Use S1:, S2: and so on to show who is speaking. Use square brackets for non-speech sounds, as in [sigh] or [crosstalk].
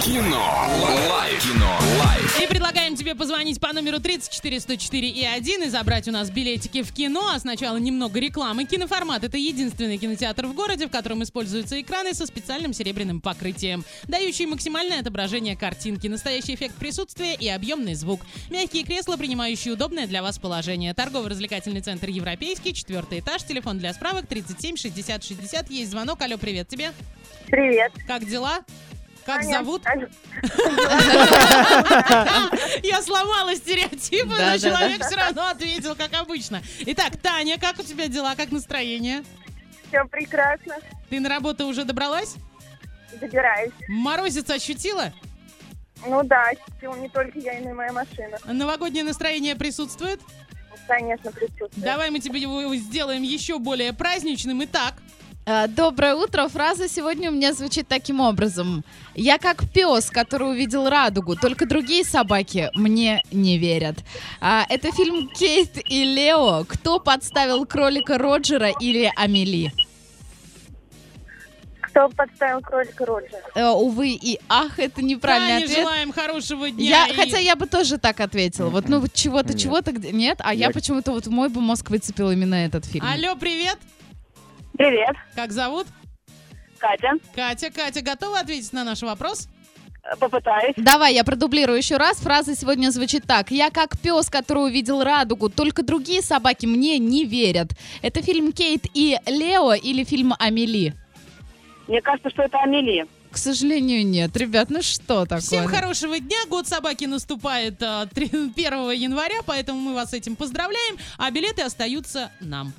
S1: Кино. Лайф. Кино. Лайф.
S2: И предлагаем тебе позвонить по номеру 34104 и 1 и забрать у нас билетики в кино. А сначала немного рекламы. Киноформат – это единственный кинотеатр в городе, в котором используются экраны со специальным серебряным покрытием, дающие максимальное отображение картинки, настоящий эффект присутствия и объемный звук. Мягкие кресла, принимающие удобное для вас положение. Торгово-развлекательный центр «Европейский», четвертый этаж, телефон для справок 37 60 60. Есть звонок. Алло, привет тебе.
S3: Привет.
S2: Как дела? Как
S3: Аня.
S2: зовут?
S3: Аль-
S2: Я сломала стереотипы,
S4: Да,
S2: но
S4: да,
S2: человек все равно ответил, как обычно. Итак, Таня, как у тебя дела, как настроение?
S3: Все прекрасно.
S2: Ты на работу уже добралась?
S3: Добираюсь.
S2: Морозец ощутила?
S3: Ну да, ощутил не только я, но и моя машина.
S2: Новогоднее настроение присутствует?
S3: Конечно, присутствует.
S2: Давай мы тебе его сделаем еще более праздничным. Итак,
S4: Э, Доброе утро. Фраза сегодня у меня звучит таким образом. Я как пес, который увидел радугу, только другие собаки мне не верят. А, Это фильм Кейт и Лео. Кто подставил кролика Роджера или Амели?
S3: Кто подставил кролика Роджера?
S4: Э, Увы и ах, это неправильный
S2: Тане
S4: ответ.
S2: желаем хорошего дня.
S4: Я,
S2: и-
S4: Хотя я бы тоже так ответила. Вот, ну, вот чего-то,
S5: Нет.
S4: чего-то, где... Нет, а я
S5: Я-
S4: почему-то вот мой бы мозг выцепил именно этот фильм.
S2: Алло, привет.
S3: Привет,
S2: Как зовут?
S3: Катя.
S2: Катя. Катя, готова ответить на наш вопрос?
S3: Попытаюсь.
S4: Давай, я продублирую еще раз. Фраза сегодня звучит так. «Я как пес, который увидел радугу, только другие собаки мне не верят». Это фильм «Кейт и Лео» или фильм «Амели»?
S3: Мне кажется, что это Амели.
S4: К сожалению, нет. Ребят, ну что такое?
S2: Всем хорошего дня. Год собаки наступает [laughs] э, три- 1 января, поэтому мы вас с этим поздравляем, а билеты а остаются нам.